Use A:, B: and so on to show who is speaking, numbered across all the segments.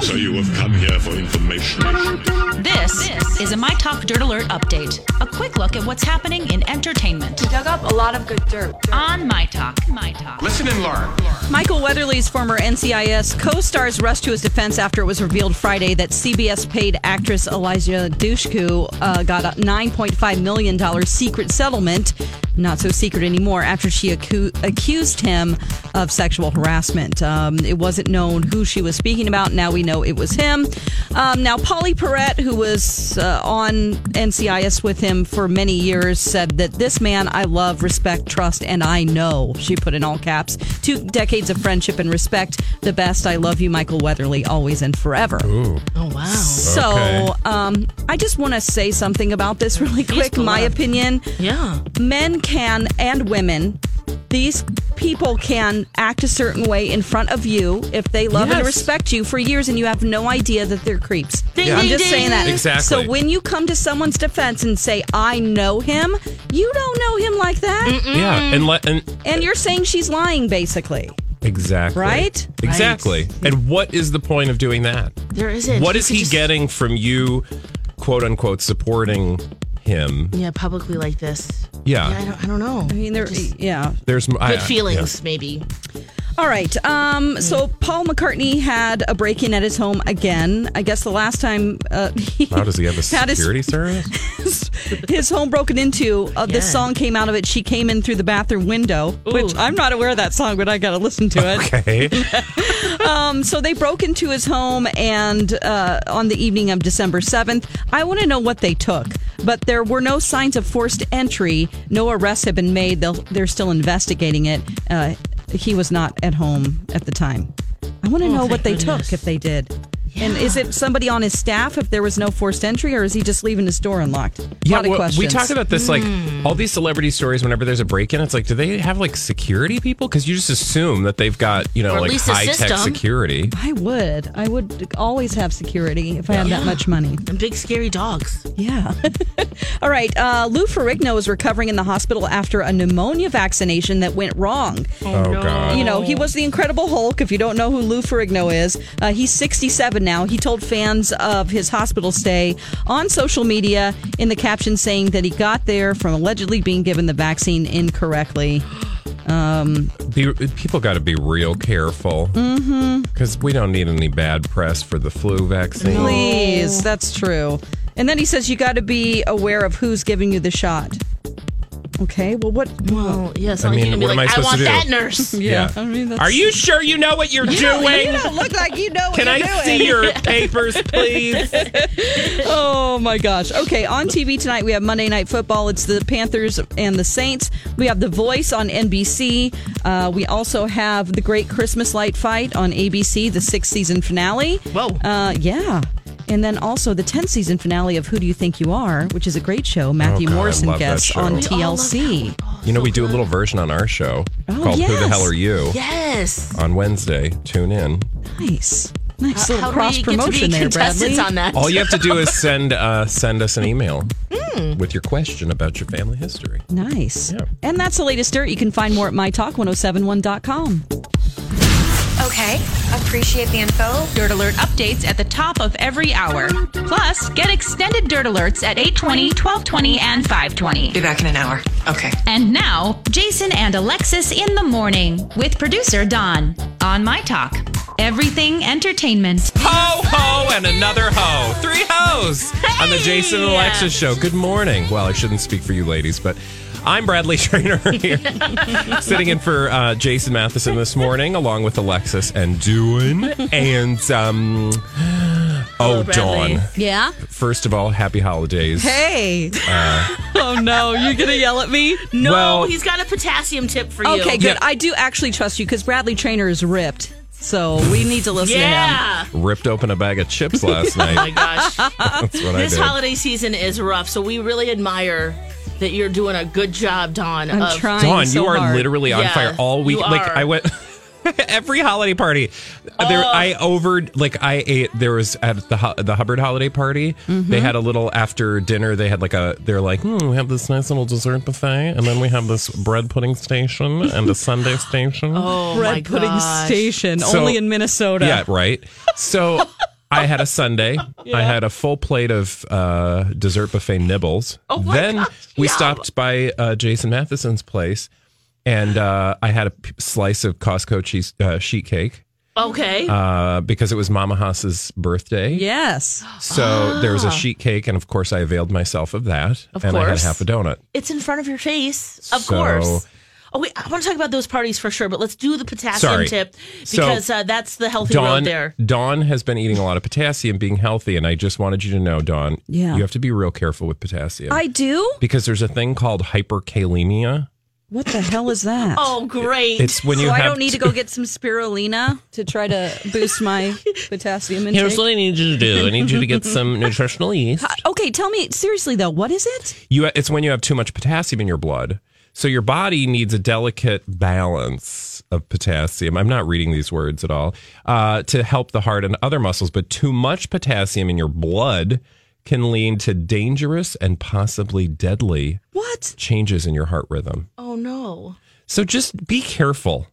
A: So you have come here for information.
B: This, is a My Talk Dirt Alert update. A quick look at what's happening in entertainment
C: We dug up a lot of good dirt.
B: on My Talk. My Talk.
A: Listen and learn.
D: Michael Weatherly's former NCIS co stars rushed to his defense after it was revealed Friday that CBS paid actress Elijah Dushku uh, got a $9.5 million secret settlement, not so secret anymore, after she acu- accused him of sexual harassment. Um, it wasn't known who she was speaking about. Now we know it was him. Um, now, Polly Perrette, who was uh, on NCIS with him for many years, said that this man I love, respect, trust, and I know, she put in all caps, two decades of friendship and respect, the best. I love you, Michael Weatherly, always and forever. So
E: Okay.
D: um, I just want to say something about this really quick, my opinion.
F: Yeah.
D: Men can, and women, these people can act a certain way in front of you if they love and
F: Yes.
D: respect you for years and you have no idea that they're creeps.
F: Ding,
D: I'm
F: ding,
D: just
F: ding.
D: saying that.
E: Exactly.
D: So when you come to someone's defense and say, I know him, you don't know him like that. Mm.
E: Yeah, and let and
D: And you're saying she's lying, basically.
E: exactly
D: Right?
E: exactly. And what is the point of doing that?
F: There isn't.
E: What
F: You
E: is
F: could
E: he
F: just-
E: getting from you, quote unquote, supporting him?
F: Yeah, publicly like this.
E: Yeah. uh,
F: I, don't, I don't know.
D: I mean, there, yeah.
E: There's good
F: Good feelings, maybe.
D: All right. Um, so
F: Mm.
D: Paul McCartney had a break in at his home again. I guess the last time uh, he
E: How does he have a
D: had his-
E: security service?
D: his, his home broken into. Uh, This
F: Yeah.
D: song came out of it. She came in through the bathroom window, which I'm not aware of that song, but I got to listen to it.
E: Okay.
D: Um, so they broke into his home and uh, on the evening of December 7th. I want to know what they took, but there were no signs of forced entry. No arrests have been made. They'll, they're still investigating it. Uh, he was not at home at the time. I want to
E: Oh,
D: know
F: thank
D: what they
F: goodness.
D: took if they did. And is it somebody on his staff if there was no forced entry, or is he just leaving his door unlocked? A lot of
E: well,
D: questions.
E: we talk about this like
F: Hmm.
E: all these celebrity stories. Whenever there's a break in, it's like, do they have like security people? Because you just assume that they've got you know
F: Or at
E: like
F: least a
E: high tech
F: system.
E: security.
D: I would. I would always have security if I had that
F: Yeah.
D: much money.
F: And big scary dogs.
D: Yeah. All right. Uh, Lou Ferrigno is recovering in the hospital after a pneumonia vaccination that went wrong.
E: Oh, God.
D: You know, he was the Incredible Hulk. If you don't know who Lou Ferrigno is, uh, he's 67 now. He told fans of his hospital stay on social media in the caption saying that he got there from allegedly being given the vaccine incorrectly.
E: Be, people got to be real careful because mm-hmm. we don't need any bad press for the flu vaccine.
D: Please, that's true. And then he says you got to be aware of who's giving you the shot. Okay. Well, what?
F: Well, yeah, it's
E: I
F: not like
E: mean,
F: you
E: what
F: to
E: am
F: be
E: I
F: like, I,
E: supposed
F: want
E: to do?"
F: that nurse.
E: Yeah.
D: I mean, that's-
E: Are you sure you know what you're doing?
D: You don't look like you know. what
E: Can
D: you're
E: I
D: doing.
E: see your papers, please?
D: Oh my gosh. Okay, on TV tonight we have Monday Night Football. It's the Panthers and the Saints. We have The Voice on NBC. Uh, we also have The Great Christmas Light Fight on ABC, the sixth season finale.
F: Whoa.
D: Uh, yeah. And then also the 10th season finale of Who Do You Think You Are, which is a great show. Matthew
E: Oh, God, I
D: Morrison
E: love that
D: guests
E: show.
D: on
E: We
F: all love
D: TLC.
E: You know, we do a little version on our show
D: Oh,
E: called Who the
D: yes.
E: Hell Are You?
F: Yes.
E: On Wednesday, tune in.
D: Nice. Nice little
F: How do we
D: cross
F: get to be
D: promotion there,
F: contestants
D: Bradley.
F: on that.
E: All you have to do is send uh, send us an email
D: Hmm.
E: with your question about your family history.
D: Nice.
E: Yeah.
D: And that's the latest dirt. You can find more at mytalk1071.com.
G: Okay, appreciate the info.
B: Dirt Alert updates at the top of every hour. Plus, get extended Dirt Alerts at 820, 1220, and 520.
H: Be back in an hour. Okay.
B: And now, Jason and Alexis in the morning with producer Don on My Talk. Everything Entertainment.
E: Ho, ho, and another ho. Three hoes on the Jason and Alexa show. Good morning. Well, I shouldn't speak for you ladies, but I'm Bradley Trainer here, sitting in for uh, Jason Matheson this morning, along with Alexis and Dewan and um, oh,
F: Bradley.
E: Dawn.
D: Yeah.
E: First of all, happy holidays.
D: Hey. oh no, you're gonna yell at me?
F: No,
E: Uh. Well-
F: he's got a potassium tip for you.
D: Okay, good.
E: Yeah.
D: I do actually trust you because Bradley Trainer is ripped, so we need to listen to him.
F: Yeah.
E: Ripped open a bag of chips last
F: Oh my
E: night.
F: gosh.
E: That's what
F: this
E: I did.
F: holiday season is rough, so we really admire that you're doing a good job, Dawn.
D: I'm
F: of-
D: trying
E: Dawn,
D: so
E: you are
D: hard.
E: literally on
F: Yeah,
E: fire all week.
F: you
E: Like
F: are.
E: I went every holiday party. There, I
F: Oh.
E: over like I ate. There was at the Hu- the Hubbard holiday party.
F: Mm-hmm.
E: They had a little after dinner. They had like a. They're like, hmm, we have this nice little dessert buffet, and then we have this bread pudding station and a Sunday station.
F: Oh my
D: bread pudding
F: gosh.
D: station
E: So-
D: only in
F: uh,
D: Minnesota.
E: Yeah, right. So I had a Sunday. I had a full plate of uh, dessert buffet nibbles. Oh
F: my
E: then
F: gosh,
E: we
F: yum.
E: stopped by uh, Jason Matheson's place, and uh, I had a p- slice of Costco cheese uh, sheet cake
F: Okay.
E: uh, because it was Mama Haas's birthday.
D: Yes.
E: So there was a sheet cake, and of course I availed myself of that,
F: Ah. Of
E: and I had
F: course.
E: half a donut.
F: it's in front of your face. Of
E: So-
F: course. Oh, wait, I want to talk about those parties for sure, but let's do the potassium
E: Sorry.
F: tip
E: So-
F: because uh, that's the healthy
E: Dawn,
F: road there.
E: Dawn has been eating a lot of potassium, being healthy, and I just wanted you to know, Dawn,
D: Yeah.
E: you have to be real careful with potassium.
D: I do?
E: because there's a thing called hyperkalemia.
D: What the hell is that?
F: Oh, great.
E: It's when you
D: so
E: have
D: Oh, I don't need to go get some spirulina to try to boost my potassium intake.
E: Here's what I need you to do. I need you to get some nutritional yeast.
D: Okay, tell me seriously though, what is it?
E: You, it's when you have too much potassium in your blood. So your body needs a delicate balance of potassium. I'm not reading these words at all uh, to help the heart and other muscles. But too much potassium in your blood can lead to dangerous and possibly deadly
D: What?
E: changes in your heart rhythm.
F: oh, no.
E: So just be careful,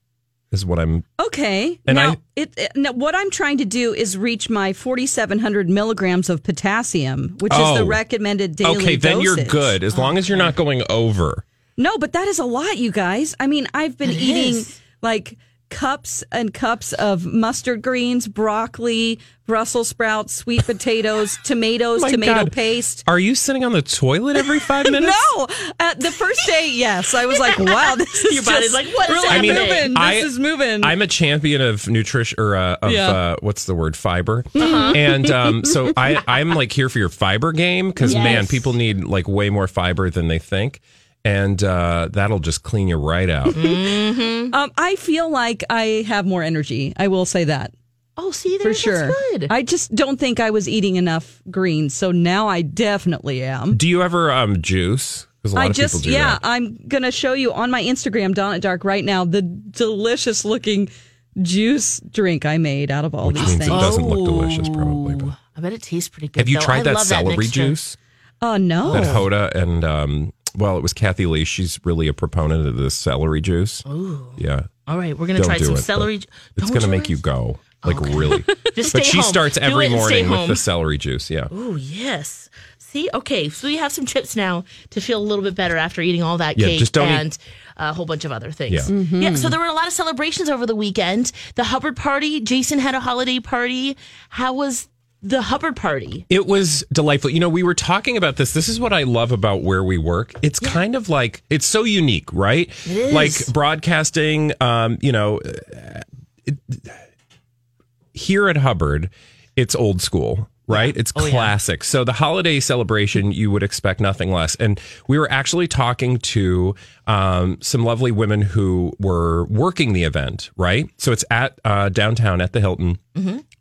E: is what I'm
D: Okay.
E: And
D: now,
E: I-
D: it, it- now, what I'm trying to do is reach my 4,700 milligrams of potassium, which is
E: Oh.
D: the recommended daily.
E: okay then you're
D: dosage.
E: good as long as you're not going over
D: No, but that is a lot, you guys. I mean, I've been eating
F: is.
D: like cups and cups of mustard greens, broccoli, Brussels sprouts, sweet potatoes, tomatoes,
E: My
D: Oh, tomato
E: God.
D: paste.
E: are you sitting on the toilet every five minutes
D: No, uh, the first day, yes, I was like, "Wow, this is
F: Your body's
D: just
F: like, what is
D: really
F: happening? I mean,
D: moving.
E: I-
D: this is moving."
E: I'm a champion of nutrition or uh, of
D: Yeah. Uh-huh.
E: uh, what's the word fiber, and um, so I I'm like here for your fiber game because man, people need like way more fiber than they think, and uh, that'll just clean you right out.
D: Mm-hmm. um, I feel like I have more energy. I will say that
F: Oh, see,
D: for
F: there,
D: sure.
F: that's good.
D: I just don't think I was eating enough greens, so now I definitely am.
E: Do you ever um juice? Because a lot
D: I
E: of
D: just,
E: people do
D: yeah,
E: that.
D: I'm going to show you on my Instagram, Dawn at Dark, right now, the delicious looking juice drink I made out of all
E: which
D: these
E: means
D: things.
E: it
D: Oh,
E: doesn't look delicious, probably. But.
F: I bet it tastes pretty good.
E: Have you
F: though. I
E: tried that
F: love
E: celery
F: mixture.
E: juice?
D: Oh, uh, no.
F: Oh.
E: that Hoda and um, well, it was Kathy Lee. She's really a proponent of this celery juice. Yeah,
F: All right, we're gonna
E: don't
F: try
E: do
F: some
E: it.
F: celery.
E: but
F: ju-
E: It's
F: Don't
E: gonna
F: do
E: make
F: it.
E: you go like really.
F: Just stay
E: but she
F: home.
E: starts
F: Do
E: every
F: it and stay
E: morning with
F: home.
E: the celery juice. Yeah,
F: Oh yes. See, okay, so you have some tips now to feel a little bit better after eating all that
E: Yeah,
F: cake
E: just don't eat-
F: and a whole bunch of other things.
E: Yeah.
F: Yeah, so there were a lot of celebrations over the weekend. The Hubbard party, Jason had a holiday party. How was the Hubbard party?
E: it was delightful. You know, we were talking about this. This is what I love about where we work. It's kind of like it's so unique, right? It
F: is.
E: Like broadcasting. Um, you know, here at Hubbard, it's old school, right? It's classic. So the holiday celebration, you would expect nothing less. And we were actually talking to um, some lovely women who were working the event, right? So it's at uh, downtown at the Hilton.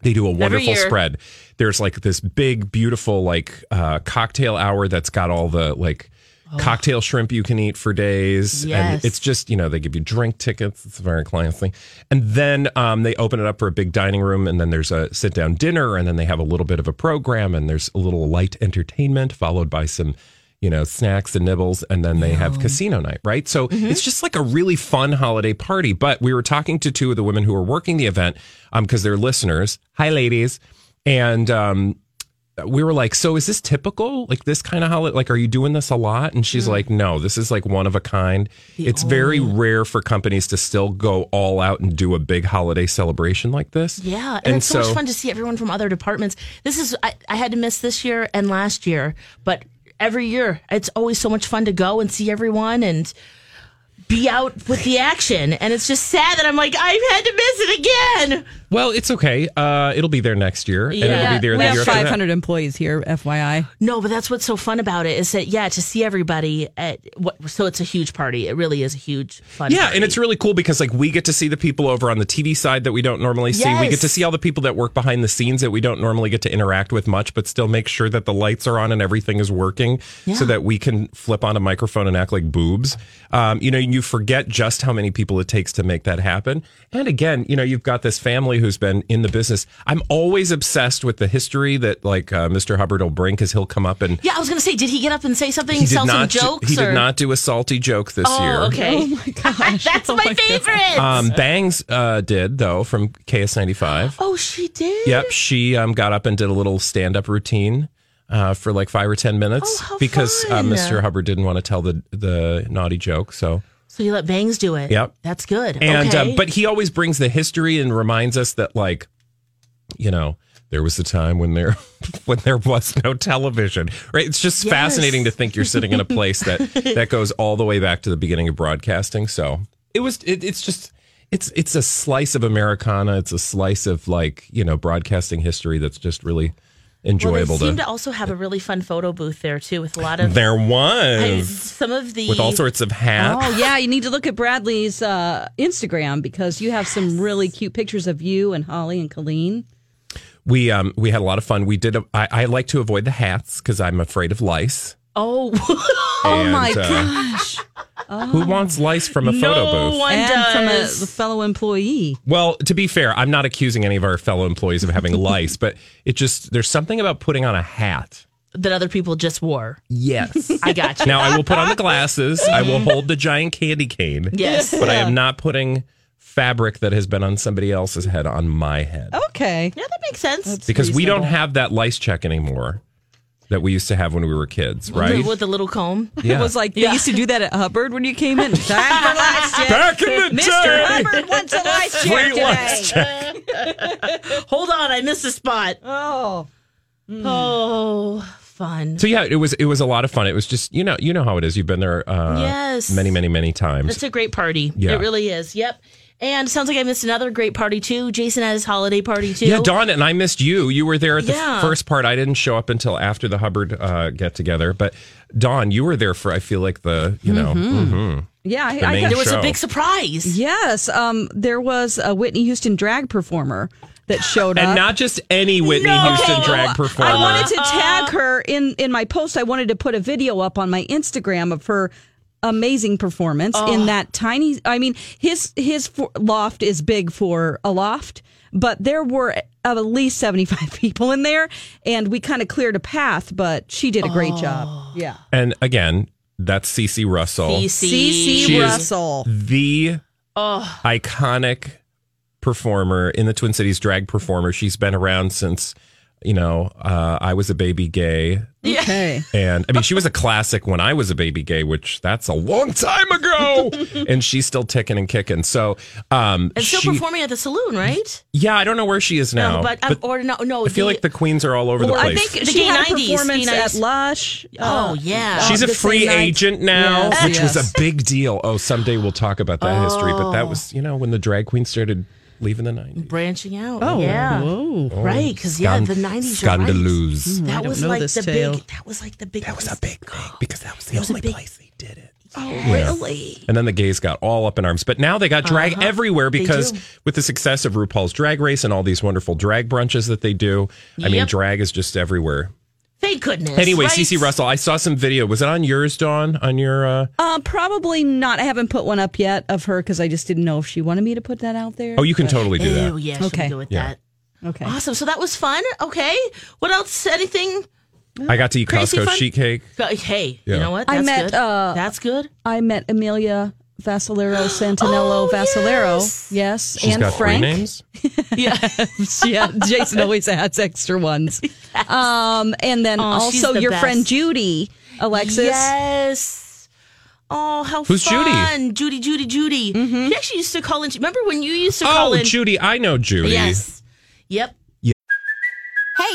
E: They do a wonderful
F: year.
E: spread. There's like this big, beautiful, like uh, cocktail hour that's got all the like. Oh. Cocktail shrimp you can eat for days,
F: Yes.
E: and it's just you know they give you drink tickets it's a very classy and then um, they open it up for a big dining room and then there's a sit down dinner and then they have a little bit of a program and there's a little light entertainment followed by some you know snacks and nibbles and then they have casino night right so it's just like a really fun holiday party but we were talking to two of the women who are working the event because they're listeners hi ladies and um, we were like, so is this typical? Like this kind of holiday? Like, are you doing this a lot? And
F: Mm-hmm.
E: she's like, no, this is like one of a kind. it's very rare for companies to still go all out and do a big holiday celebration like this.
F: Yeah, and, it's so, much fun to see everyone from other departments. This is I, I had to miss this year and last year, but every year it's always so much fun to go and see everyone and be out with the action. And it's just sad that I'm like I've had to miss it again.
E: Well, it's okay. Uh, it'll be there next year, and it'll
F: Yeah.
E: be there
D: We
E: the
D: have
E: year after that.
D: 500 employees here, FYI.
F: No, but that's what's so fun about it is that yeah, to see everybody at what so it's a huge party. It really is a huge fun.
E: Yeah,
F: party.
E: and it's really cool because like we get to see the people over on the TV side that we don't normally see. We get
F: Yes.
E: to see all the people that work behind the scenes that we don't normally get to interact with much, but still make sure that the lights are on and everything is working so that we can flip on a microphone and act like boobs. Um, you know, you forget just how many people it takes to make that happen. And again, you know, you've got this family who's been in the business. I'm always obsessed with the history that like uh, Mr. Hubbard will bring because he'll come up and
F: Yeah, I was gonna say, did he get up and say something?
E: he did
F: tell
E: not do-
F: some jokes?
E: he did
F: or?
E: not do a salty joke this
F: Oh,
E: year.
F: okay. That's my, favorite.
E: Um, Bangs uh, did though from KS95.
F: oh, she did.
E: Yep, she um, got up and did a little stand-up routine uh, for like five or ten minutes
F: Oh, how
E: because uh,
F: fun.
E: Mr. Hubbard didn't want to tell the the naughty joke. So,
F: So you let Bangs do it.
E: Yep.
F: That's good.
E: and
F: okay.
E: uh, but he always brings the history and reminds us that like, you know. There was a time when there when there was no television. Right? It's just
F: Yes.
E: fascinating to think you're sitting in a place that that goes all the way back to the beginning of broadcasting. So, it was it, it's just it's it's a slice of Americana. It's a slice of like, you know, broadcasting history that's just really
F: well, they
E: enjoyable
F: seem
E: to,
F: to also have a really fun photo booth there too, with a lot of
E: There
F: I-
E: was
F: some of the
E: with all sorts of hats.
D: Oh yeah, you need to look at Bradley's uh, Instagram because you have some really cute pictures of you and Holly and Colleen.
E: We um we had a lot of fun. We did. A, I, I like to avoid the hats because I'm afraid of lice.
F: Oh,
E: Oh
D: my
E: gosh! Who wants lice from a photo
F: no
E: booth?
F: one
D: and from a
F: does.
D: the fellow employee.
E: Well, to be fair, I'm not accusing any of our fellow employees of having lice, but it just there's something about putting on a hat.
F: that other people just wore.
E: Yes.
F: I got you.
E: now I will put on the glasses. I will hold the giant candy cane.
F: Yes.
E: But I am not putting fabric that has been on somebody else's head on my head
F: Oh,
D: Okay.
F: Yeah, that makes sense.
E: because we don't have that lice check anymore that we used to have when we were kids, right?
F: With the little comb.
E: Yeah.
D: It was like they used to do that at Hubbard when you came in. Time for life check.
E: Back in the
D: Mr.
E: day.
D: Hubbard wants a life check
E: Free
D: today.
E: lice check.
F: Hold on, I missed a spot. Hmm.
D: Oh.
F: Oh, fun.
E: So yeah, it was it was a lot of fun. It was just you know you know how it is. You've been there uh,
F: Yes.
E: many many many times.
F: It's a great party.
E: Yeah.
F: It really is. Yep. And sounds like I missed another great party too. Jason had his holiday party too.
E: Yeah, Dawn and I missed you. You were there at the
F: Yeah.
E: first part. I didn't show up until after the Hubbard uh, get together. But Dawn, you were there for I feel like the you know mhm.
D: Yeah, I,
E: The
D: I
E: main
D: got
F: There was
E: show.
F: a big surprise.
D: Yes, um, there was a Whitney Houston drag performer that showed
E: and
D: up.
E: not just any Whitney
F: No.
E: Houston drag performer.
D: I wanted to tag her in in my post. I wanted to put a video up on my Instagram of her amazing performance in that tiny. I mean, his his for, loft is big for a loft, but there were at least seventy five people in there, and we kind of cleared a path. But she did a great job. Yeah,
E: and again, that's Cece Russell,
F: CC.
E: She
D: CC
E: is-
D: Russell.
E: the iconic performer in the Twin Cities drag performer. She's been around since you know uh, I was a baby gay.
D: Okay.
E: And I mean, she was a classic when I was a baby gay, which that's a long time ago. and she's still ticking and kicking. So, um,
F: And still
E: she-
F: performing at the saloon, right?
E: yeah, I don't know where she is
F: No,
E: now.
F: but, um, or no, no.
E: I feel like the queens are all over the
D: Well, I
E: place.
D: think
F: The
D: she had a
F: 90s,
D: performance at
F: 90s.
D: Lush.
F: Oh
D: uh,
F: yeah.
E: She's a
D: the
E: free
D: same night.
E: agent now,
D: Yes,
E: which was
D: yes.
E: a big deal. Oh, someday we'll talk about that history. But that was, you know, when the drag queens started leaving the 90s.
F: branching out. Oh yeah. Right, because yeah,
E: Scan-
F: the nineties. Hmm.
E: Scandalous.
F: That was
D: know
F: like
D: this
F: the
D: tale.
F: big. That was like the big.
E: That was a big thing because that was the
F: a
E: only
F: big- Oh,
E: place they did it.
F: Really?
E: And then the gays got all up in arms. But now they got drag everywhere because
F: Uh-huh. do.
E: with the success of RuPaul's Drag Race and all these wonderful drag brunches that they do, I mean,
F: Yep.
E: drag is just everywhere.
F: Thank goodness.
E: Anyway,
F: right?
E: Cece Russell, I saw some video. Was it on yours, Dawn? On your. Uh...
D: Uh, probably not. I haven't put one up yet of her because I just didn't know if she wanted me to put that out there.
E: Oh, you can totally do
F: Oh
E: that.
F: yeah.
D: Okay.
F: Okay. Should we go with
E: Yeah.
F: that.
D: okay.
F: Awesome. So that was fun. Okay. What else? Anything?
E: I got to eat
F: Crazy
E: Costco
F: fun.
E: sheet cake.
F: Hey,
E: Yeah.
F: you know what?
D: I
F: That's
D: met,
F: good.
D: uh,
F: That's good.
D: I met Amelia Vassalero, Santanello,
F: Oh,
D: Vassalero.
F: yes.
D: Yes,
E: She's
D: and
E: got
D: Frank.
E: three names.
D: Yes, yeah. Jason always adds extra ones. Um, and then
F: Aw, Oh, she's
D: also
F: the
D: your
F: best.
D: friend Judy, Alexis.
F: Yes. Oh, how
E: Who's Judy?
F: fun. Judy? Judy, Judy, Judy.
D: Mm-hmm.
F: She actually used to call in. Remember when you used to call
E: Oh,
F: in?
E: Judy. I know Judy.
F: Yes. Yep.
H: Hey,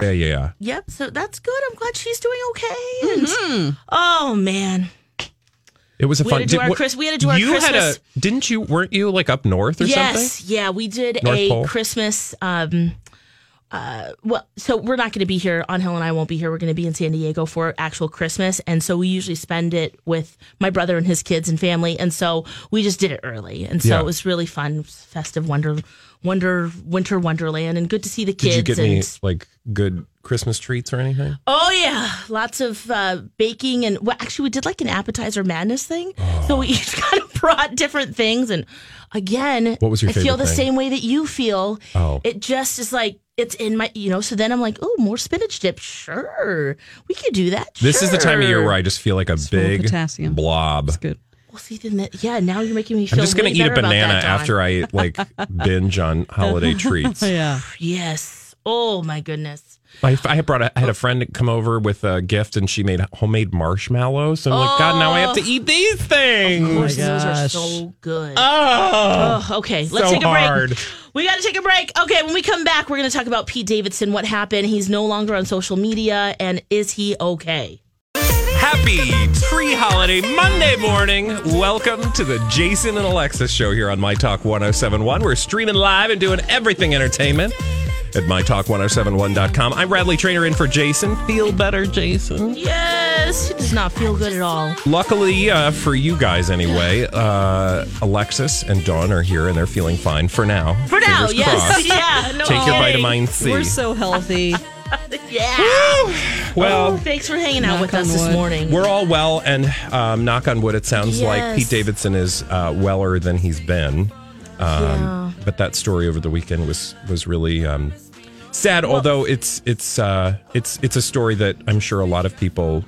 E: Yeah, yeah, yeah.
F: Yep. So that's good. I'm glad she's doing okay. And-
D: Mm-hmm.
F: Oh, man.
E: It was a
F: We
E: fun.
F: had to do our
E: what-
F: Chris- we had to do our
E: you
F: Christmas-
E: Had a, didn't you? Weren't you like up north or
F: yes,
E: something?
F: yeah, we did
E: North
F: a
E: Pole?
F: Christmas. Um, uh, well, so we're not going to be here. On Hill and I won't be here. We're going to be in San Diego for actual Christmas, and so we usually spend it with my brother and his kids and family. And so we just did it early, and so
E: Yeah.
F: it was really fun, festive wonder, wonder, winter wonderland, and good to see the
E: Did
F: kids.
E: you get
F: and
E: any like good Christmas treats or anything?
F: Oh yeah, lots of uh, baking and well, actually we did like an appetizer madness thing. So we each kind of brought different things, and again,
E: What was your
F: I feel
E: favorite
F: the
E: thing?
F: same way that you feel.
E: Oh.
F: it just is like it's in my you know. So then I'm like, oh, more spinach dip. Sure, we could do that.
E: This is the time of year
F: Sure.
E: where I just feel like a big
D: potassium.
E: blob.
D: Good.
F: Well, see, then that, yeah, now you're making me
E: I'm
F: feel.
E: just gonna
F: way
E: eat a
F: better about
E: banana
F: that, Dawn.
E: after I like binge on holiday treats.
D: Yeah.
F: Yes. Oh my goodness.
E: I, I brought a, I had a friend come over with a gift and she made homemade marshmallows. So I'm like, God, now I
F: Oh.
E: have to eat these things.
F: Those are
D: gosh.
F: so good.
E: Oh,
F: Oh, okay. Let's
E: So
F: take a break.
E: hard.
F: We got to take a break. Okay, when we come back, we're going to talk about Pete Davidson, what happened. He's no longer on social media, and is he okay?
E: Happy pre holiday Monday morning. Welcome to the Jason and Alexis show here on My Talk 1071. We're streaming live and doing everything entertainment at MyTalk1071.com. I'm Radley Trainer in for Jason. Feel better, Jason.
F: Yes, it does not feel good at all.
E: Luckily uh, for you guys, anyway, uh, Alexis and Dawn are here and they're feeling fine for now.
F: For now,
E: Fingers
F: yes.
E: crossed.
F: Yeah, no
E: Take your
F: kidding.
E: vitamin C.
D: We're so healthy.
F: Yeah.
E: well,
F: Thanks for hanging out with
D: on
F: us this
D: wood.
F: morning.
E: we're all well, and um, knock on wood, it sounds
F: Yes.
E: like Pete Davidson is uh, weller than he's been. Um, But that story over the weekend was was really um, sad. although it's it's uh, it's it's a story that I'm sure a lot of people,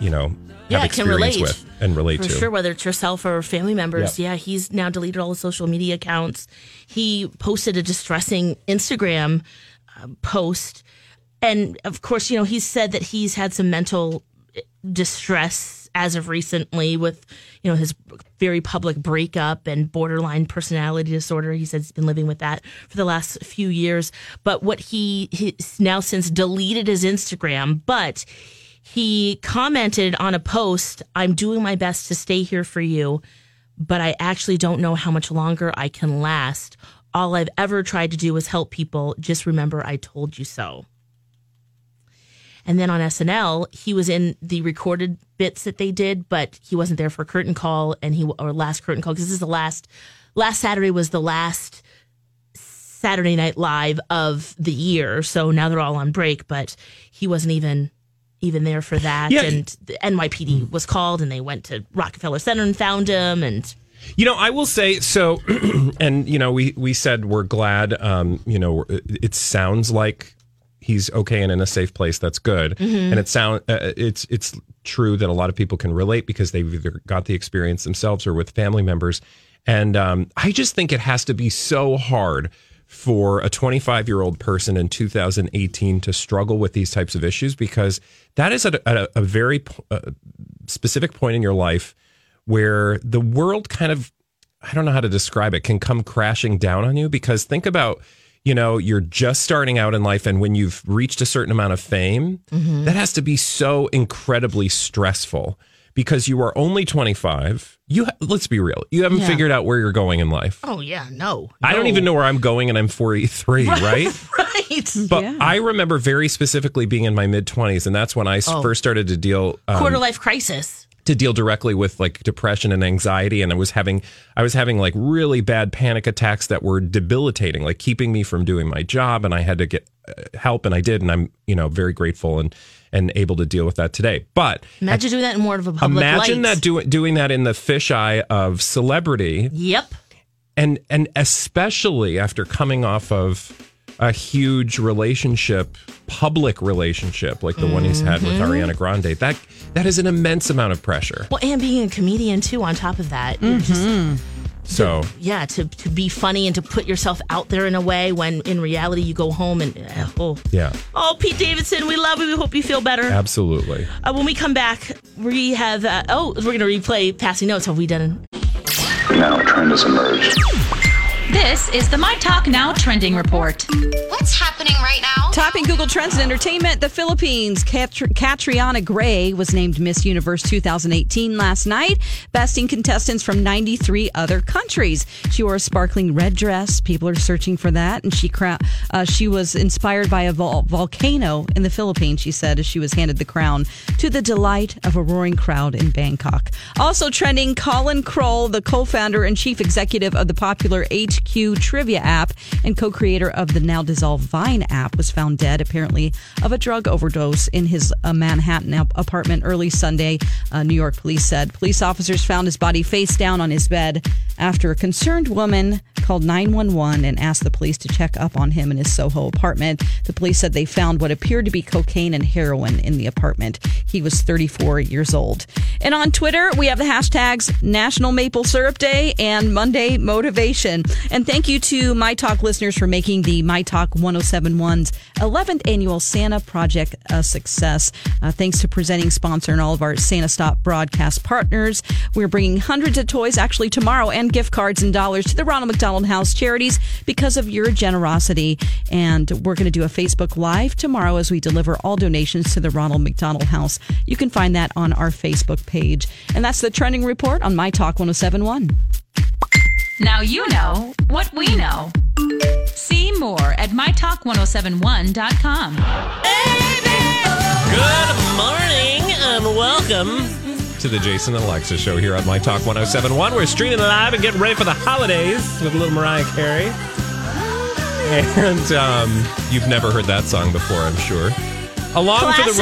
E: you know, have
F: Yeah, can
E: experience
F: relate.
E: with and relate
F: for
E: to.
F: sure, whether it's yourself or family members.
E: Yep.
F: Yeah, he's now deleted all his social media accounts. He posted a distressing Instagram um, post. And of course, you know, he said that he's had some mental distress as of recently with, you know, his very public breakup and borderline personality disorder. He said he's been living with that for the last few years. But what he he's now since deleted his Instagram, but he commented on a post i'm doing my best to stay here for you but i actually don't know how much longer i can last all i've ever tried to do is help people just remember i told you so and then on snl he was in the recorded bits that they did but he wasn't there for curtain call and he or last curtain call because this is the last last saturday was the last Saturday Night Live of the year. So now they're all on break, but he wasn't even even there for that.
E: Yeah.
F: And the NYPD was called, and they went to Rockefeller Center and found him. And
E: You know, I will say so, and you know, we we said we're glad. Um, you know, it it sounds like he's okay and in a safe place. That's good, and it sound uh, it's it's true that a lot of people can relate because they've either got the experience themselves or with family members. And um, I just think it has to be so hard for a 25 year old person in 2018 to struggle with these types of issues because that is at a, at a, a very uh, specific point in your life where the world kind of I don't know how to describe it can come crashing down on you because think about you know you're just starting out in life and when you've reached a certain amount of fame
F: Mm-hmm.
E: that has to be so incredibly stressful because you are only 25 you ha- let's be real you haven't figured out where you're going in life
F: oh yeah, no,
E: I don't even know where I'm going and I'm 43 right
F: right.
E: but I
F: Oh.
E: remember very specifically being in my mid 20s and that's when I s- first started to deal um,
F: Quarter life crisis.
E: to deal directly with like depression and anxiety and I was having I was having like really bad panic attacks that were debilitating like keeping me from doing my job and I had to get uh, help and I did and I'm you know very grateful and and able to deal with that today but
F: Imagine doing that in more of a public
E: imagine
F: light.
E: that doing doing that in the fisheye of celebrity
F: Yep.
E: and and especially after coming off of a huge relationship, public relationship like the one he's had with
F: Mhm.
E: Ariana Grande, that that is an immense amount of pressure.
F: Well, and being a comedian too. On top of that, You're just,
E: So
F: yeah, to to be funny and to put yourself out there in a way when in reality you go home and eh, oh
E: yeah,
F: oh Pete Davidson, we love you. We hope you feel better.
E: absolutely.
F: Uh, when we come back, we have uh, oh we're gonna replay passing notes. Have we done?
I: Now a trend has emerged.
B: This is the My Talk Now Trending Report.
G: What's happening right now?
D: Topping Google Trends and Entertainment, the Philippines. Katri- Katriana Gray was named Miss Universe 2018 last night, besting contestants from 93 other countries. She wore a sparkling red dress. People are searching for that, and she crown. Uh, she was inspired by a vol- volcano in the Philippines. She said as she was handed the crown to the delight of a roaring crowd in Bangkok. Also trending, Colin Kroll, the co-founder and chief executive of the popular HQ Trivia app and co-creator of the now dissolved Vine app, was found dead apparently of a drug overdose in his uh, Manhattan ap- apartment early Sunday. Uh, New York police said police officers found his body face down on his bed after a concerned woman called 911 and asked the police to check up on him in his Soho apartment. The police said they found what appeared to be cocaine and heroin in the apartment. He was 34 years old. And on Twitter, we have the hashtags National Maple Syrup Day and Monday Motivation. And thank you to My Talk listeners for making the My Talk 1071's 11th annual Santa Project a success. Uh, thanks to presenting sponsor and all of our Santa Stop broadcast partners. We're bringing hundreds of toys actually tomorrow and gift cards and dollars to the Ronald McDonald House charities because of your generosity. And we're going to do a Facebook Live tomorrow as we deliver all donations to the Ronald McDonald House. You can find that on our Facebook page. And that's the trending report on My Talk 1071.
B: Now you know what we know. See more at mytalk1071.com.
J: Good morning and welcome.
E: To the Jason and Alexa show here on My Talk 1071. We're streaming live and getting ready for the holidays with little Mariah Carey. And um, you've never heard that song before, I'm sure. Along for the
F: Classic.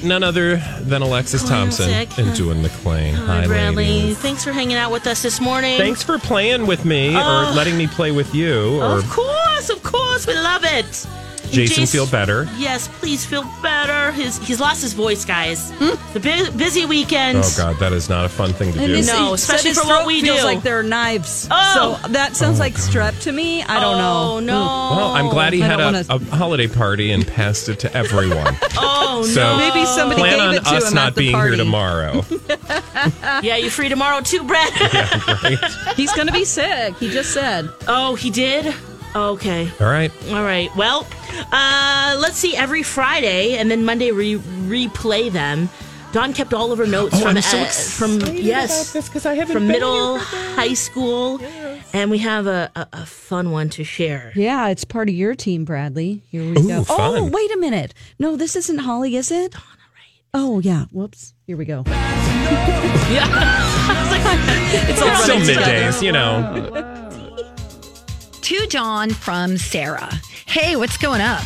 E: ride, none other than Alexis
F: Classic.
E: Thompson and doing the claim. Hi, ladies.
F: Bradley, thanks for hanging out with us this morning.
E: Thanks for playing with me or
F: Oh.
E: letting me play with you or
F: Of course, of course, we love it. And
E: Jason
F: Jace-
E: feel better.
F: Yes, please feel better. His he's lost his voice, guys. The bu- busy weekend.
E: Hmm? oh God, that is not a fun thing to
D: And
E: do.
D: his-
F: No,
D: he said
F: especially
D: his
F: for what
D: throat
F: we
D: feels
F: do.
D: like there are knives.
F: Oh.
D: So that sounds like strep to me. I don't know.
F: Oh, no.
E: well, I'm glad he
D: I
E: had
D: don't
E: a,
D: wanna-
E: a holiday party and passed it to everyone.
F: Oh
E: so
F: no.
D: Maybe somebody
E: plan
D: gave
E: on
D: it to
E: us
D: him
E: not
D: at the
E: being
D: party.
E: here tomorrow.
F: yeah, you're free tomorrow too, Brad.
D: He's gonna be sick. He just said.
F: Oh, he did. Okay.
E: All right.
F: All right. Well, uh, let's see. Every Friday and then Monday we replay them. Dawn kept all of her notes
E: Oh,
F: from
E: I'm so
F: uh,
E: excited
F: from yes
E: about this 'cause I haven't
F: from
E: been
F: middle high school, and we have a, a, a fun one to share.
D: Yeah, it's part of your team, Bradley. Here we
F: Ooh,
D: go. Oh,
F: fun.
D: wait a minute. No, this isn't Holly, is it? Oh yeah. Whoops. Here we go.
E: it's
D: all
E: still
D: running together.
E: middays, you know.
K: To Dawn from Sarah. Hey, what's going up?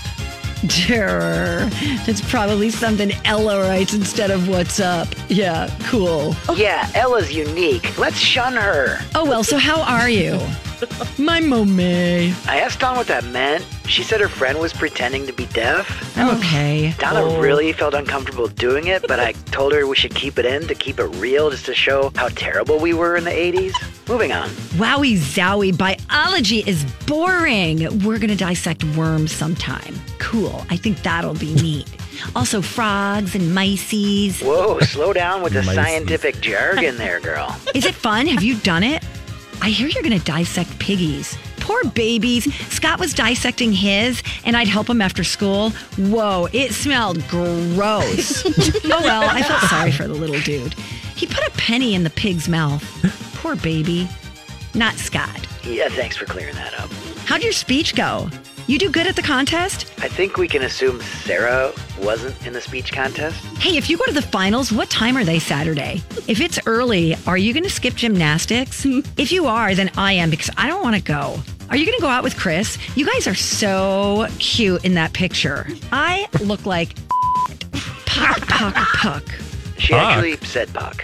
K: Durr. That's probably something Ella writes instead of what's up. Yeah, cool.
L: Yeah, Ella's unique. Let's shun her.
K: Oh, well, so how are you? My mommy.
L: I asked Don what that meant. She said her friend was pretending to be deaf.
K: I'm Oh. okay.
L: Donna really felt uncomfortable doing it, but I told her we should keep it in to keep it real just to show how terrible we were in the 80s. Moving on.
K: Wowie zowie, biology is boring. We're going to dissect worms sometime. Cool. I think that'll be neat. also, frogs and mices.
L: Whoa, slow down with the
K: Mices.
L: scientific jargon there, girl.
K: Is it fun? Have you done it? I hear you're going to dissect piggies. Poor babies. Scott was dissecting his, and I'd help him after school. Whoa, it smelled gross. oh well, I felt sorry for the little dude. He put a penny in the pig's mouth. Poor baby. Not Scott.
L: Yeah, thanks for clearing that up.
K: How'd your speech go? You do good at the contest?
L: I think we can assume Sarah wasn't in the speech contest.
K: Hey, if you go to the finals, what time are they Saturday? If it's early, are you going to skip gymnastics? if you are, then I am because I don't want to go. Are you going to go out with Chris? You guys are so cute in that picture. I look like puck, puck, puck.
L: She actually said Buck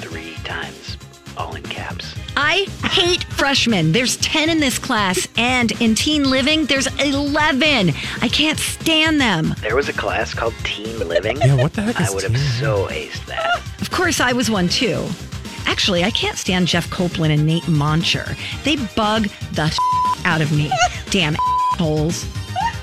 L: three times, all in caps.
K: I hate freshmen. There's 10 in this class, and in teen living, there's 11. I can't stand them.
L: There was a class called Teen Living.
E: Yeah, what the heck is
L: I would have so aced that.
K: Of course, I was one too. Actually, I can't stand Jeff Copeland and Nate Moncher. They bug the out of me. Damn holes.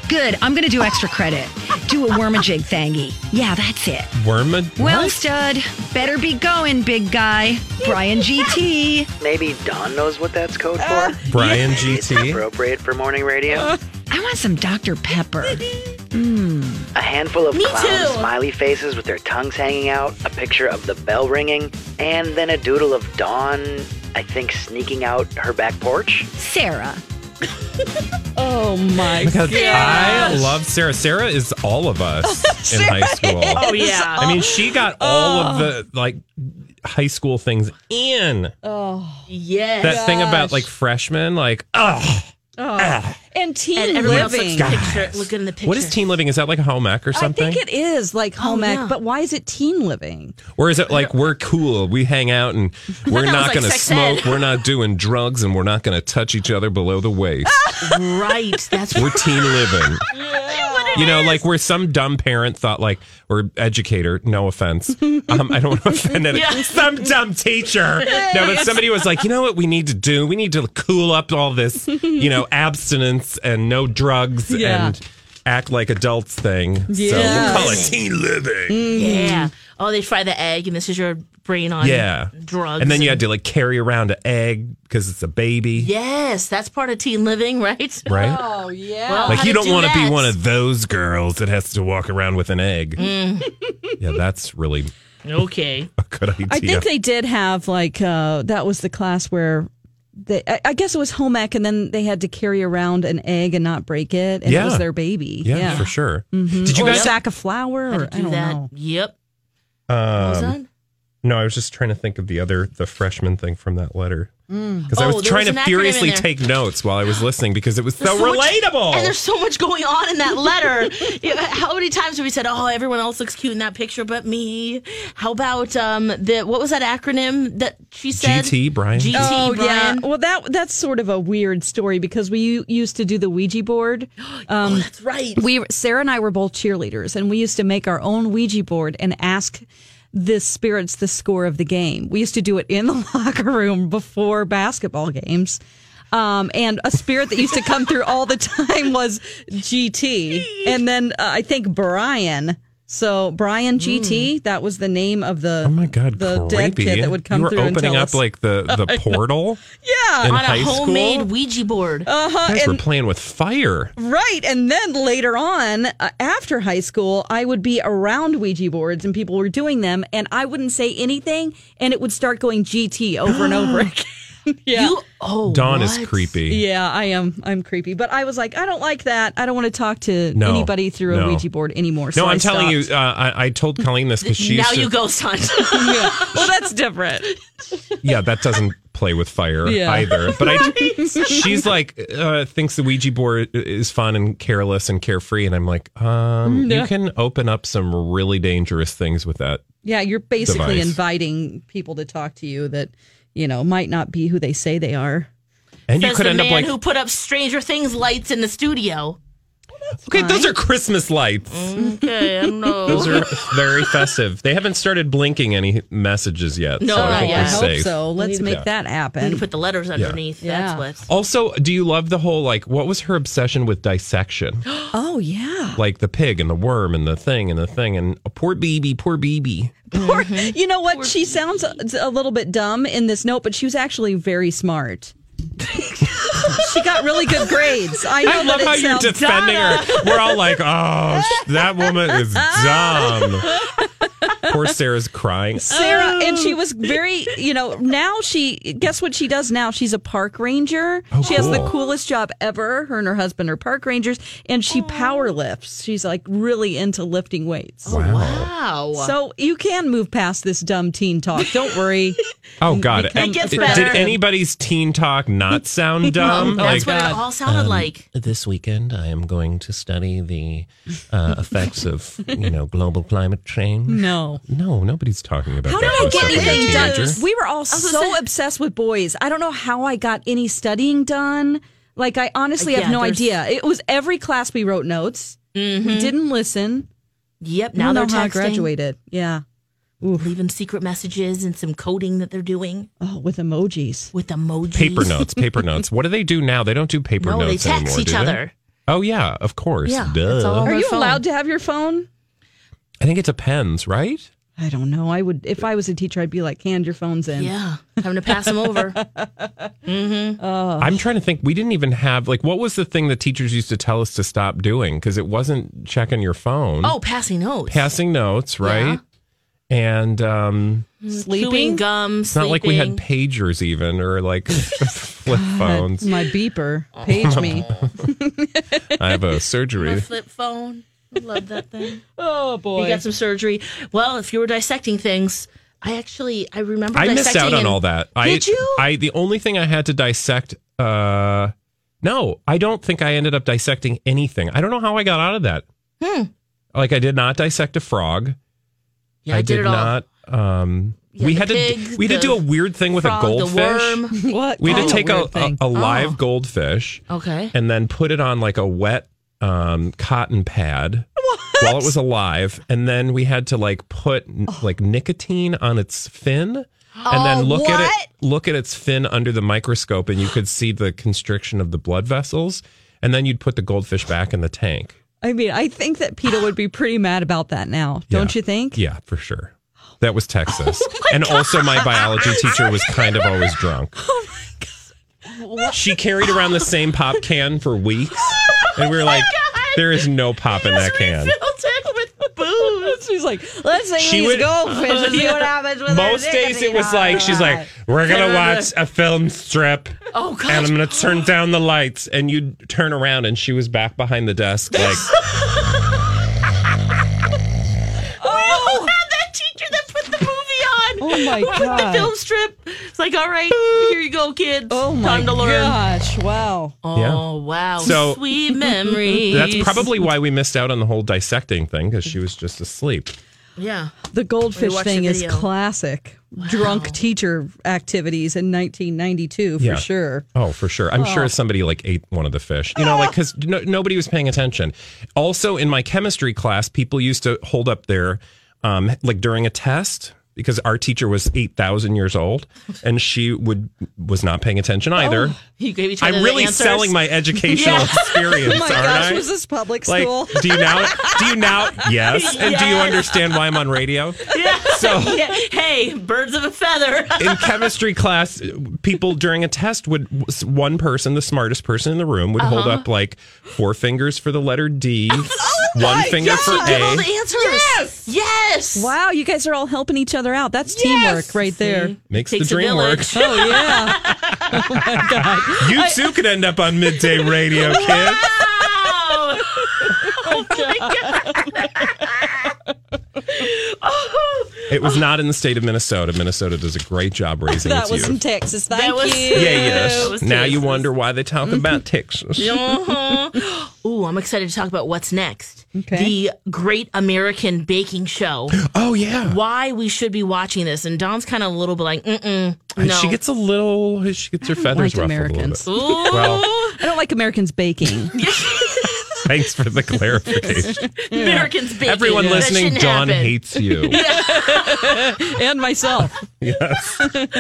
K: Good. I'm going to do extra credit. Do a wormajig thangy. Yeah, that's it.
E: Wormad?
K: Well, stud, better be going, big guy. Brian GT.
L: Maybe Don knows what that's code for.
E: Brian
L: It's
E: GT.
L: appropriate for morning radio.
K: I want some Dr. Pepper. Mmm.
L: A handful of
K: Me
L: clown
K: too.
L: smiley faces with their tongues hanging out, a picture of the bell ringing, and then a doodle of Dawn, I think, sneaking out her back porch.
K: Sarah.
D: oh my
E: Look how-
D: god!
E: I love Sarah. Sarah is all of us in high school.
J: Oh, yeah.
E: I mean, she got all of the like high school things in.
D: Oh
F: yes.
E: That thing about like freshmen, like, oh,
D: Oh. and teen
F: and everyone else looks
D: living.
F: at the picture. Look in the picture.
E: what is teen living? Is that like a home ec or
D: I
E: something?
D: think it is
F: Oh,
D: like home ec, but why is it teen living?
E: Or is it like we're cool, we hang out and we're
D: That was
E: not
D: like
E: going to
D: sex
E: smoke,
D: ed.
E: we're not doing drugs, and we're not going to touch each other below the waist?
F: right? That's
E: we're teen living. You know, like where some dumb parent thought, like, or educator, no offense. Um, I don't want to offend any,
J: Yeah.
E: some dumb teacher. No, but somebody was like, you know what we need to do? We need to cool up all this, you know, abstinence and no drugs
F: Yeah.
E: and act like adults thing. So we'll
F: Yes.
E: call it teen living.
D: Mm-hmm.
F: Yeah. Oh, they fry the egg, and this is your brain on
E: yeah.
F: drugs.
E: And then you had to like carry around an egg because it's a baby.
F: Yes, that's part of teen living, right?
E: Right.
F: Oh yeah.
E: like you don't want to be one of those girls that has to walk around with an egg.
F: Mm.
E: Yeah, that's really
F: Okay.
E: a good idea.
D: I think they did have like uh, that was the class where they I, I guess it was home ec, and then they had to carry around an egg and not break it, and it
E: Yeah.
D: was their baby.
E: Yeah, for sure. Did you
D: or a
E: guys-
D: sack of flour? Or, I
F: Do
D: don't
F: that.
D: know.
F: Yep.
E: Um,
F: that?
E: no, I was just trying to think of the other the freshman thing from that letter
D: Mm.
E: because I
F: Oh,
E: was
F: there
E: trying
F: was an
E: to
F: acronym in
E: furiously
F: there.
E: take notes while I was listening because it was so,
F: There's so much-
E: relatable.
F: and there's so much going on in that letter. Yeah, How many times have we said, "Oh, everyone else looks cute in that picture, but me"? How about um the what was that acronym that she said?
E: GT Brian.
F: GT
D: Oh
F: Brian.
D: yeah. Well, that that's sort of a weird story because we u- used to do the Ouija board. Um,
F: Oh, That's right.
D: we Sarah and I were both cheerleaders, and we used to make our own Ouija board and ask the spirits the score of the game. We used to do it in the locker room before basketball games. Um, and a spirit that used to come through all the time was GT, and then uh, I think Brian. So Brian GT,
F: Mm.
D: that was the name of the
E: Oh my god,
D: the dead
E: creepy!
D: kid that would come
E: you were
D: through and
E: opening
D: tell
E: up
D: us.
E: like the the portal.
D: yeah,
E: in
F: on
E: high
F: a homemade
E: school.
F: Ouija board.
D: uh huh,
E: Guys were playing with fire.
D: Right. And then later on, uh, after high school, I would be around Ouija boards and people were doing them, and I wouldn't say anything, and it would start going GT over and over again. yeah.
F: You oh
E: Dawn is
F: what?
E: creepy.
D: yeah, I am. I'm creepy. But I was like, I don't like that. I don't want to talk to
E: No.
D: anybody through
E: No.
D: a Ouija board anymore.
E: No,
D: so
E: I'm
D: I
E: telling
D: stopped.
E: you, uh, I, I told Colleen this because she
F: now
E: used to,
F: you go, son.
D: yeah. Well, that's different.
E: yeah, that doesn't play with fire
D: Yeah.
E: either. But I, she's like, uh, thinks the Ouija board is fun and careless and carefree, and I'm like,
F: Mm,
E: um, you can open up some really dangerous things with that.
D: Yeah, you're basically
E: Device.
D: inviting people to talk to you that, you know, might not be who they say they are.
E: And you
F: Says
E: could
F: the
E: end
F: man
E: up like,
F: who put up Stranger Things lights in the studio.
E: okay, those are Christmas lights.
F: Mm. Okay, I don't know.
E: Those are very festive. They haven't started blinking any messages yet.
F: No,
E: so
F: not
D: Oh,
E: I think
F: yet.
E: we're
F: I hope
E: safe.
D: so. Let's make
E: Yeah.
D: that
F: You can
D: happen.
F: put the letters underneath.
D: Yeah.
F: That's what's
E: Also, do you love the whole like what was her obsession with dissection?
D: Oh, yeah.
E: like the pig and the worm and the thing and the thing and oh, poor baby, poor baby.
D: Poor,
E: Mm-hmm.
D: you know what? she sounds a, a little bit dumb in this note, but she was actually very smart. she got really good grades. I, know
E: I
D: that
E: love
D: it
E: how you're
D: sounds-
E: defending her. We're all like, oh, sh- that woman is dumb. Poor Sarah's crying.
D: Sarah, and
E: Oh.
D: she was very, you know, now she, guess what she does now? She's a park ranger.
E: Oh,
D: she has the
E: cool.
D: coolest job ever. Her and her husband are park rangers, and she power lifts. She's like really into lifting weights.
E: Oh, wow.
F: Wow.
D: So you can move past this dumb teen talk. Don't worry.
E: Oh God!
D: Become
E: And
D: a
E: did,
D: friend.
E: did anybody's teen talk not sound
D: Oh
E: dumb?
F: That's what it all sounded
E: um,
F: like.
E: This weekend, I am going to study the uh, effects of you know global climate change.
D: No.
E: no, nobody's talking about
D: How did
E: that.
D: I
E: with
D: get
E: a
D: anything done?
E: teenager.
D: We were all so obsessed with boys. I don't know how I got any studying done. Like, I honestly
F: Yeah,
D: have no
F: there's-
D: idea. It was every class we wrote notes. We didn't listen.
F: Yep. Now
D: I
F: they're
D: don't know how I
F: texting.
D: graduated. Yeah.
F: Leaving secret messages and some coding that they're doing
D: Oh, with emojis.
F: with emojis.
E: paper notes, paper notes. What do they do now? They don't do paper
F: No, they
E: notes
F: text
E: anymore.
F: each
E: do they?
F: other.
E: Oh yeah, of course.
F: Yeah,
E: Duh.
F: that's all.
D: Are
F: Our
D: you
F: phone.
D: allowed to have your phone?
E: I think it depends, right?
D: I don't know. I would, if I was a teacher, I'd be like, hand your phones in.
F: Yeah. Having to pass them over.
E: I'm trying to think. We didn't even have like what was the thing that teachers used to tell us to stop doing because it wasn't checking your phone.
F: Oh, passing notes.
E: passing notes, right? And um,
F: Chewing gum.
E: it's not like we had
F: sleeping.
E: pagers even or like flip phones.
D: My beeper. Page me.
E: I have a
F: My
E: surgery.
F: flip phone. I love that thing.
D: Oh, boy.
F: You got some surgery. Well, if you were dissecting things, I actually I remember.
E: I missed
F: dissecting
E: out on
F: and-
E: all that.
F: Did
E: I,
F: you?
E: I the only thing I had to dissect. uh No, I don't think I ended up dissecting anything. I don't know how I got out of that.
F: Hmm.
E: Like I did not dissect a frog.
F: Yeah, I, did, it all.
E: not. Um,
F: Yeah,
E: we
F: the
E: had
F: pig,
E: to we had to
F: the
E: do a weird thing with
F: frog,
E: a
F: the
E: goldfish.
F: worm.
D: What?
E: We had
F: Oh.
E: to take
D: Weird
E: a, a,
D: thing.
E: a live
F: Oh.
E: goldfish
F: Okay.
E: and then put it on like a wet um, cotton pad while it was alive, and then we had to like put n- like nicotine on its fin. And
F: Oh,
E: then look at
F: what?
E: it look at its fin under the microscope and you could see the constriction of the blood vessels and then you'd put the goldfish back in the tank.
D: I mean, I think that PETA would be pretty mad about that now, don't
E: Yeah.
D: you think?
E: Yeah, for sure. That was Texas. and also my biology teacher was kind of always drunk.
D: Oh
E: She carried around the same pop can for weeks. And
F: Oh
E: we were like, there is no pop in that can.
F: with booze.
D: She's like, let's see
E: She
D: these
E: would-
D: goldfish and see what happens with our
E: Most days it was
D: nicotine.
E: like, she's like, we're going to watch a film strip
F: Oh God.
E: and I'm going to turn down the lights. And you'd turn around and she was back behind the desk. Like,
F: Oh. We had that teacher that put the movie on.
D: Oh, my
F: With the
D: God.
F: film strip. It's like, all right, here you go, kids.
D: Oh my
F: Time to learn.
D: gosh! Wow.
F: Oh
E: Yeah.
F: wow.
E: So-
F: Sweet memories.
E: that's probably why we missed out on the whole dissecting thing because she was just asleep.
F: yeah.
D: The goldfish
F: watch the
D: thing is
F: video.
D: classic drunk teacher activities in 1992 for
E: Yeah.
D: sure.
E: Oh, for sure. I'm sure somebody like ate one of the fish. You know, like because no, nobody was paying attention. Also, in my chemistry class, people used to hold up their um, like during a test because our teacher was eight thousand years old, and she would was not paying attention either.
F: You gave each other
E: I'm
F: the
E: really
F: answers.
E: selling my educational
F: Yeah.
E: experience,
D: Oh my
E: aren't
D: gosh!
E: I?
D: Was this public
E: like,
D: school?
E: do you now? Do you now? Yes. And do you understand why I'm on radio?
F: Yeah.
E: So-
F: Yeah. Hey, birds of a feather.
E: in chemistry class, people during a test would one person, the smartest person in the room, would hold
F: Uh-huh.
E: up like four fingers for the letter D, one finger
F: yes, you did all
E: for
F: the
E: A.
F: answers. Yes. Yes.
D: wow, you guys are all helping each other out. That's teamwork right there.
E: Makes the
F: Takes a
E: dream work.
F: village.
D: Oh yeah.
E: You too could end up on midday radio, kid.
F: Wow. Oh my God. Oh,
E: It was not in the state of Minnesota. Minnesota does a great job raising
D: that
E: its
D: was in
E: youth.
D: Texas. Thank
F: was-
D: you.
E: Yeah,
F: It
E: yes.
F: was Mm-hmm.
E: Now you
F: Texas.
E: wonder why they talk about Texas.
F: uh-huh. Ooh, I'm excited to talk about what's next.
D: Okay.
F: The Great American Baking Show.
E: Oh yeah.
F: Why we should be watching this. And Dawn's kind of a little bit like, mm-mm,
E: And
F: no.
E: Uh, She gets a little. She gets her feathers
D: like
E: ruffled
D: Americans.
E: a
F: Ooh.
E: little bit. Well,
D: I don't like Americans baking.
E: thanks for the clarification.
F: Americans baking.
E: Everyone
F: That
E: listening,
F: shouldn't
E: Dawn
F: happen.
E: hates you.
D: and myself.
F: Okay, well,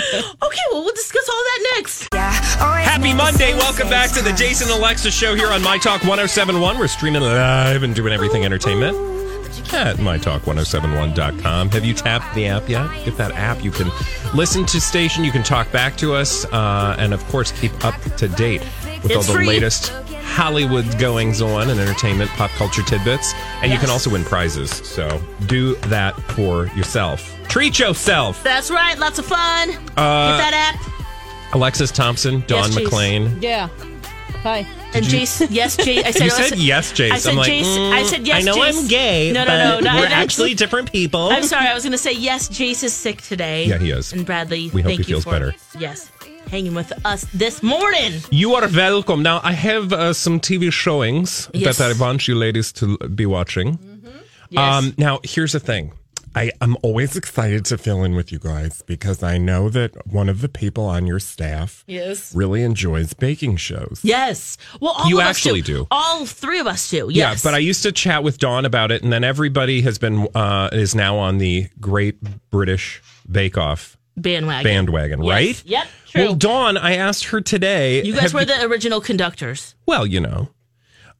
F: we'll discuss all that next.
E: Happy Monday. Welcome back to the Jason and Alexa show here on My Talk 1071. We're streaming live and doing everything entertainment at mytalk1071.com. Have you tapped the app yet? Get that app. You can listen to station, you can talk back to us, uh, and of course, keep up to date with all
F: It's
E: the
F: free.
E: latest Hollywood goings on and entertainment, pop culture tidbits. And you can also win prizes. So do that for yourself. Treat yourself.
F: That's right. Lots of
E: Uh,
F: fun. Get that app.
E: Alexis Thompson, Dawn
F: Yes, Jace.
E: McLean.
F: Yeah. Hi. And
E: you-
F: Jace, yes, Jace. I said,
E: You said
F: Alexis-
E: yes, Jace.
F: I said
E: I'm like, mm,
F: Jace. I said yes.
J: I know
F: Jace.
J: I'm gay,
F: No,
J: but
F: no, no. no
J: we're
F: I-
J: actually different people.
F: I'm sorry. I was going to say yes. Jace is sick today.
E: Yeah, he is.
F: And Bradley,
E: We hope
F: thank
E: he
F: you
E: feels
F: for
E: better.
F: Yes, hanging with us this morning.
E: You are welcome. Now, I have uh, some TV showings
F: Yes. Mm-hmm.
E: that I want you ladies to be watching. Um, now, here's the thing. I am always excited to fill in with you guys because I know that one of the people on your staff
F: Yes.
E: really enjoys baking shows.
F: Yes. Well, all
E: You
F: of
E: actually
F: us
E: do.
F: All three of us do. Yes.
E: Yeah, but I used to chat with Dawn about it, and then everybody has been uh, is now on the Great British Bake Off
F: bandwagon.
E: bandwagon,
F: Yes.
E: right?
F: Yep. True.
E: Well, Dawn, I asked her today.
F: you guys
E: have
F: were the original conductors.
E: Well, you know.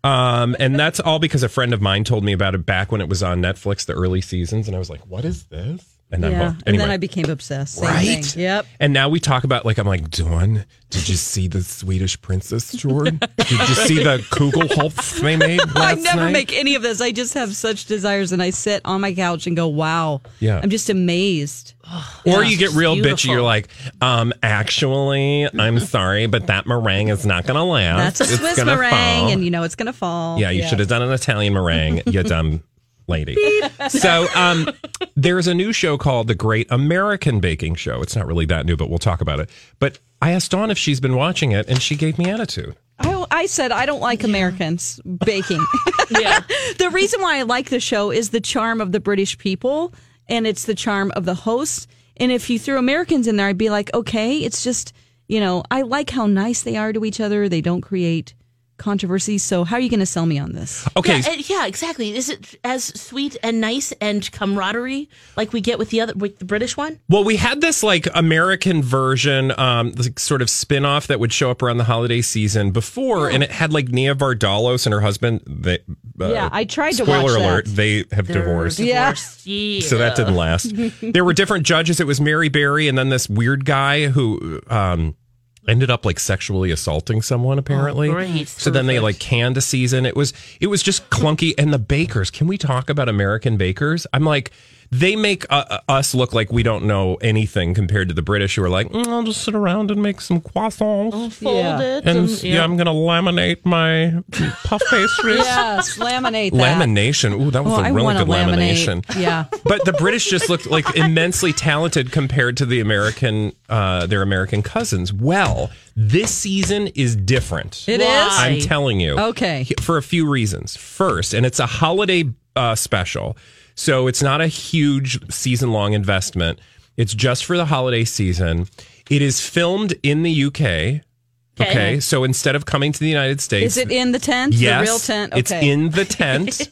E: Um, and that's all because a friend of mine told me about it back when it was on Netflix, the early seasons, and I was like, "What is this?" And I'm
M: yeah.
E: hooked.
M: And
E: Anyway,
M: then I became obsessed. Same
E: Right?
M: thing. Yep.
E: and now we talk about like I'm like, Dawn, did you see the Swedish princess Jordan? did you see the Kugelhopf they made last
M: I never
E: night?
M: make any of this. I just have such desires, and I sit on my couch and go, "Wow,
E: Yeah.
M: I'm just amazed."
E: Or you get real bitchy.
M: beautiful.
E: You're like, um, actually, I'm sorry, but that meringue is not going to last.
M: That's a
E: It's
M: Swiss
E: gonna
M: meringue,
E: fall."
M: and you know it's gonna fall.
E: yeah, you should have done an Italian meringue, you dumb lady. So um, there's a new show called The Great American Baking Show. It's not really that new, but we'll talk about it. But I asked Dawn if she's been watching it, and she gave me attitude.
M: I, Oh, I said I don't like Americans baking. the reason why I like the show is the charm of the British people, and it's the charm of the host. And if you threw Americans in there, I'd be like, okay, it's just you know I like how nice they are to each other. They don't create controversy. So how are you going to sell me on this?
E: Okay.
F: Yeah, uh, yeah, exactly. Is it as sweet and nice and camaraderie like we get with the other with the British one?
E: Well, we had this like American version, um, like sort of spin off that would show up around the holiday season before, and it had like Nia Vardalos and her husband. They, uh,
M: Yeah, I tried to
E: Spoiler
M: watch that.
E: alert: they have divorced.
D: Ah.
M: Yeah.
F: Yeah.
E: So that didn't last. there were different judges. It was Mary Berry and then this weird guy who um, ended up like sexually assaulting
M: Oh,
E: someone apparently.
F: great.
E: So then they like canned a season. It was it was just clunky. And the bakers, can we talk about American bakers? I'm like, they make uh, us look like we don't know anything compared to the British who are like, "Mm, I'll just sit around and make some croissants.
M: Oh,
F: fold Yeah. it
E: And,
F: and-
E: s-
F: yeah.
E: yeah, I'm going to laminate my puff pastries.
M: Yes, laminate that.
E: Lamination. Ooh, that was
M: Oh, I
E: a really
M: wanna
E: good
M: laminate.
E: lamination.
M: Yeah.
E: But the British just looked like immensely talented compared to the American, uh, their American cousins. Well, this season is different.
M: It is?
E: I'm telling you.
M: Okay.
E: For a few reasons. First, and it's a holiday uh, special, so it's not a huge season long investment. It's just for the holiday season. It is filmed in the UK. Okay.
M: Okay.
E: So instead of coming to the United States,
M: Is it in the tent?
E: Yes,
M: the real tent. Okay.
E: It's in the tent.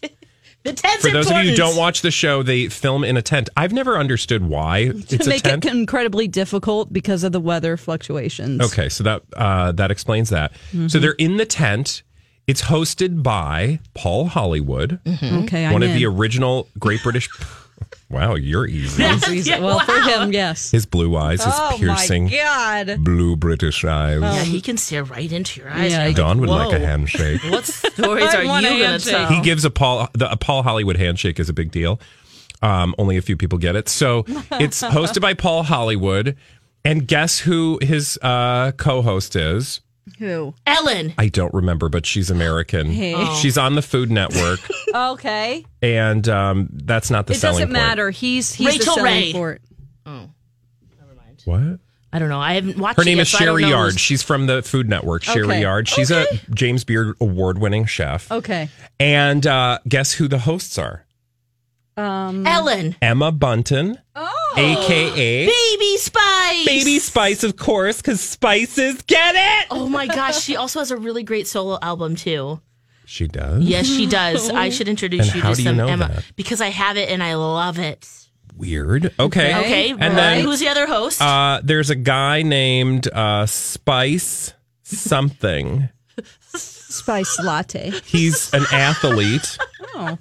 F: The tent's
E: For those of you who
M: important.
E: don't watch the show, they film in a tent. I've never understood why
M: to
E: it's a
M: make
E: tent.
M: it incredibly difficult because of the weather fluctuations.
E: okay, so that uh, that explains that.
M: Mm-hmm.
E: So they're in the tent. It's hosted by Paul Hollywood,
D: Mm-hmm.
M: Okay, I'm
E: one of the
M: in.
E: original Great British. wow, you're easy.
M: Yeah, well, for him, yes.
E: His blue eyes, his
M: Oh, my
E: piercing
M: God. Oh
E: blue British eyes.
F: yeah, he can stare right into your eyes.
M: Yeah,
F: You're
E: Don would like a
F: "Whoa,
E: handshake.
F: What stories
M: I
F: are you
M: want a
F: going to
M: handshake.
F: tell?
E: He gives a Paul the a Paul Hollywood handshake is a big deal. Um, only a few people get it. So it's hosted by Paul Hollywood, and guess who his uh, co-host is?
M: Who?
F: Ellen.
E: I don't remember, but she's American.
M: Hey. Oh.
E: She's on the Food Network,
M: Okay.
E: and um, that's not the
M: it
E: selling
M: doesn't
E: point.
M: matter. He's he's
F: Rachel
M: the selling
F: Ray.
M: point.
E: What?
F: I don't know. I haven't watched.
E: Her
F: it
E: name
F: yet,
E: is
F: so I don't
E: Sherry
F: know
E: Yard.
F: who's-
E: She's from the Food Network. Sherry
M: Okay.
E: Yard. She's a James Beard award-winning chef.
M: Okay.
E: And uh, guess who the hosts are?
M: Um,
F: Ellen,
E: Emma Bunton,
M: Oh.
E: Oh. aka
F: Baby Spice.
E: Baby Spice, of course, because spices get it.
F: Oh my gosh, she also has a really great solo album too.
E: She does.
F: Yes, she does. I should introduce
E: And
F: you
E: how
F: to
E: do you
F: some
E: know
F: Emma
E: that?
F: because I have it and I love it.
E: Weird. Okay.
F: Okay,
E: And
F: right.
E: then
F: who's the other host?
E: uh, there's a guy named uh, Spice something.
M: Spice latte.
E: He's an athlete.
M: Oh.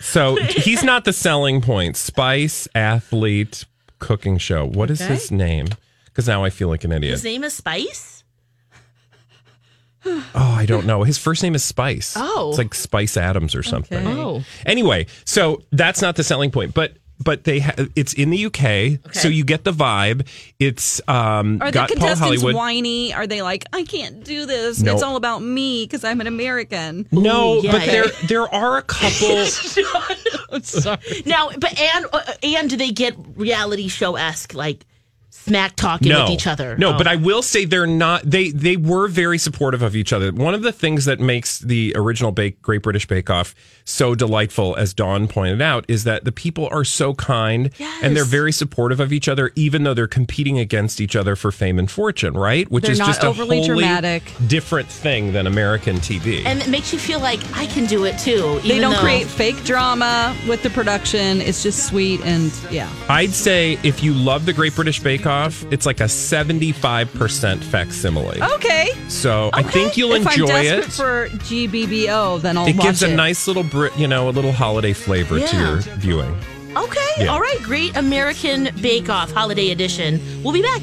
E: So he's not the selling point. Spice athlete cooking show. What is
F: Okay.
E: his name? Because now I feel like an
F: His
E: idiot.
F: name is Spice.
E: oh, I don't know. His first name is Spice.
N: Oh.
E: It's like Spice Adams or something.
N: Okay. Oh.
E: Anyway, so that's not the selling point, but but they ha- it's in the UK, so you get the vibe. It's um
D: Are
E: got
D: the
E: Paul
D: contestants
E: Hollywood.
D: whiny? Are they like, I can't do this.
E: No.
D: It's all about me because I'm an American.
E: No, but there there are a couple
N: sorry. Now, but and uh, and do they get reality show esque like smack talking with each other?
E: No,
N: Oh.
E: but I will say they're not. They they were very supportive of each other. One of the things that makes the original Bake Great British Bake Off so delightful, as Dawn pointed out, is that the people are so kind and they're very supportive of each other, even though they're competing against each other for fame and fortune, right? Which
D: They're
E: is
D: not
E: just
D: overly
E: a wholly
D: dramatic.
E: different thing than American TV.
N: and it makes you feel like I can do it too.
D: They
N: even
D: don't
N: though-
D: create fake drama with the production. It's just sweet and yeah.
E: I'd say if you love the Great British Bake Off, it's like a seventy-five percent facsimile.
D: Okay.
E: So I think you'll
D: Oh, if
E: enjoy
D: I'm
E: it.
D: desperate for GBBO, then I'll
E: it
D: watch
E: gives
D: it.
E: a nice little bri- you know a little holiday flavor to
N: Yeah.
E: your viewing
N: Okay,
E: Yeah.
N: all right, great American Bake Off Holiday Edition. We'll be back.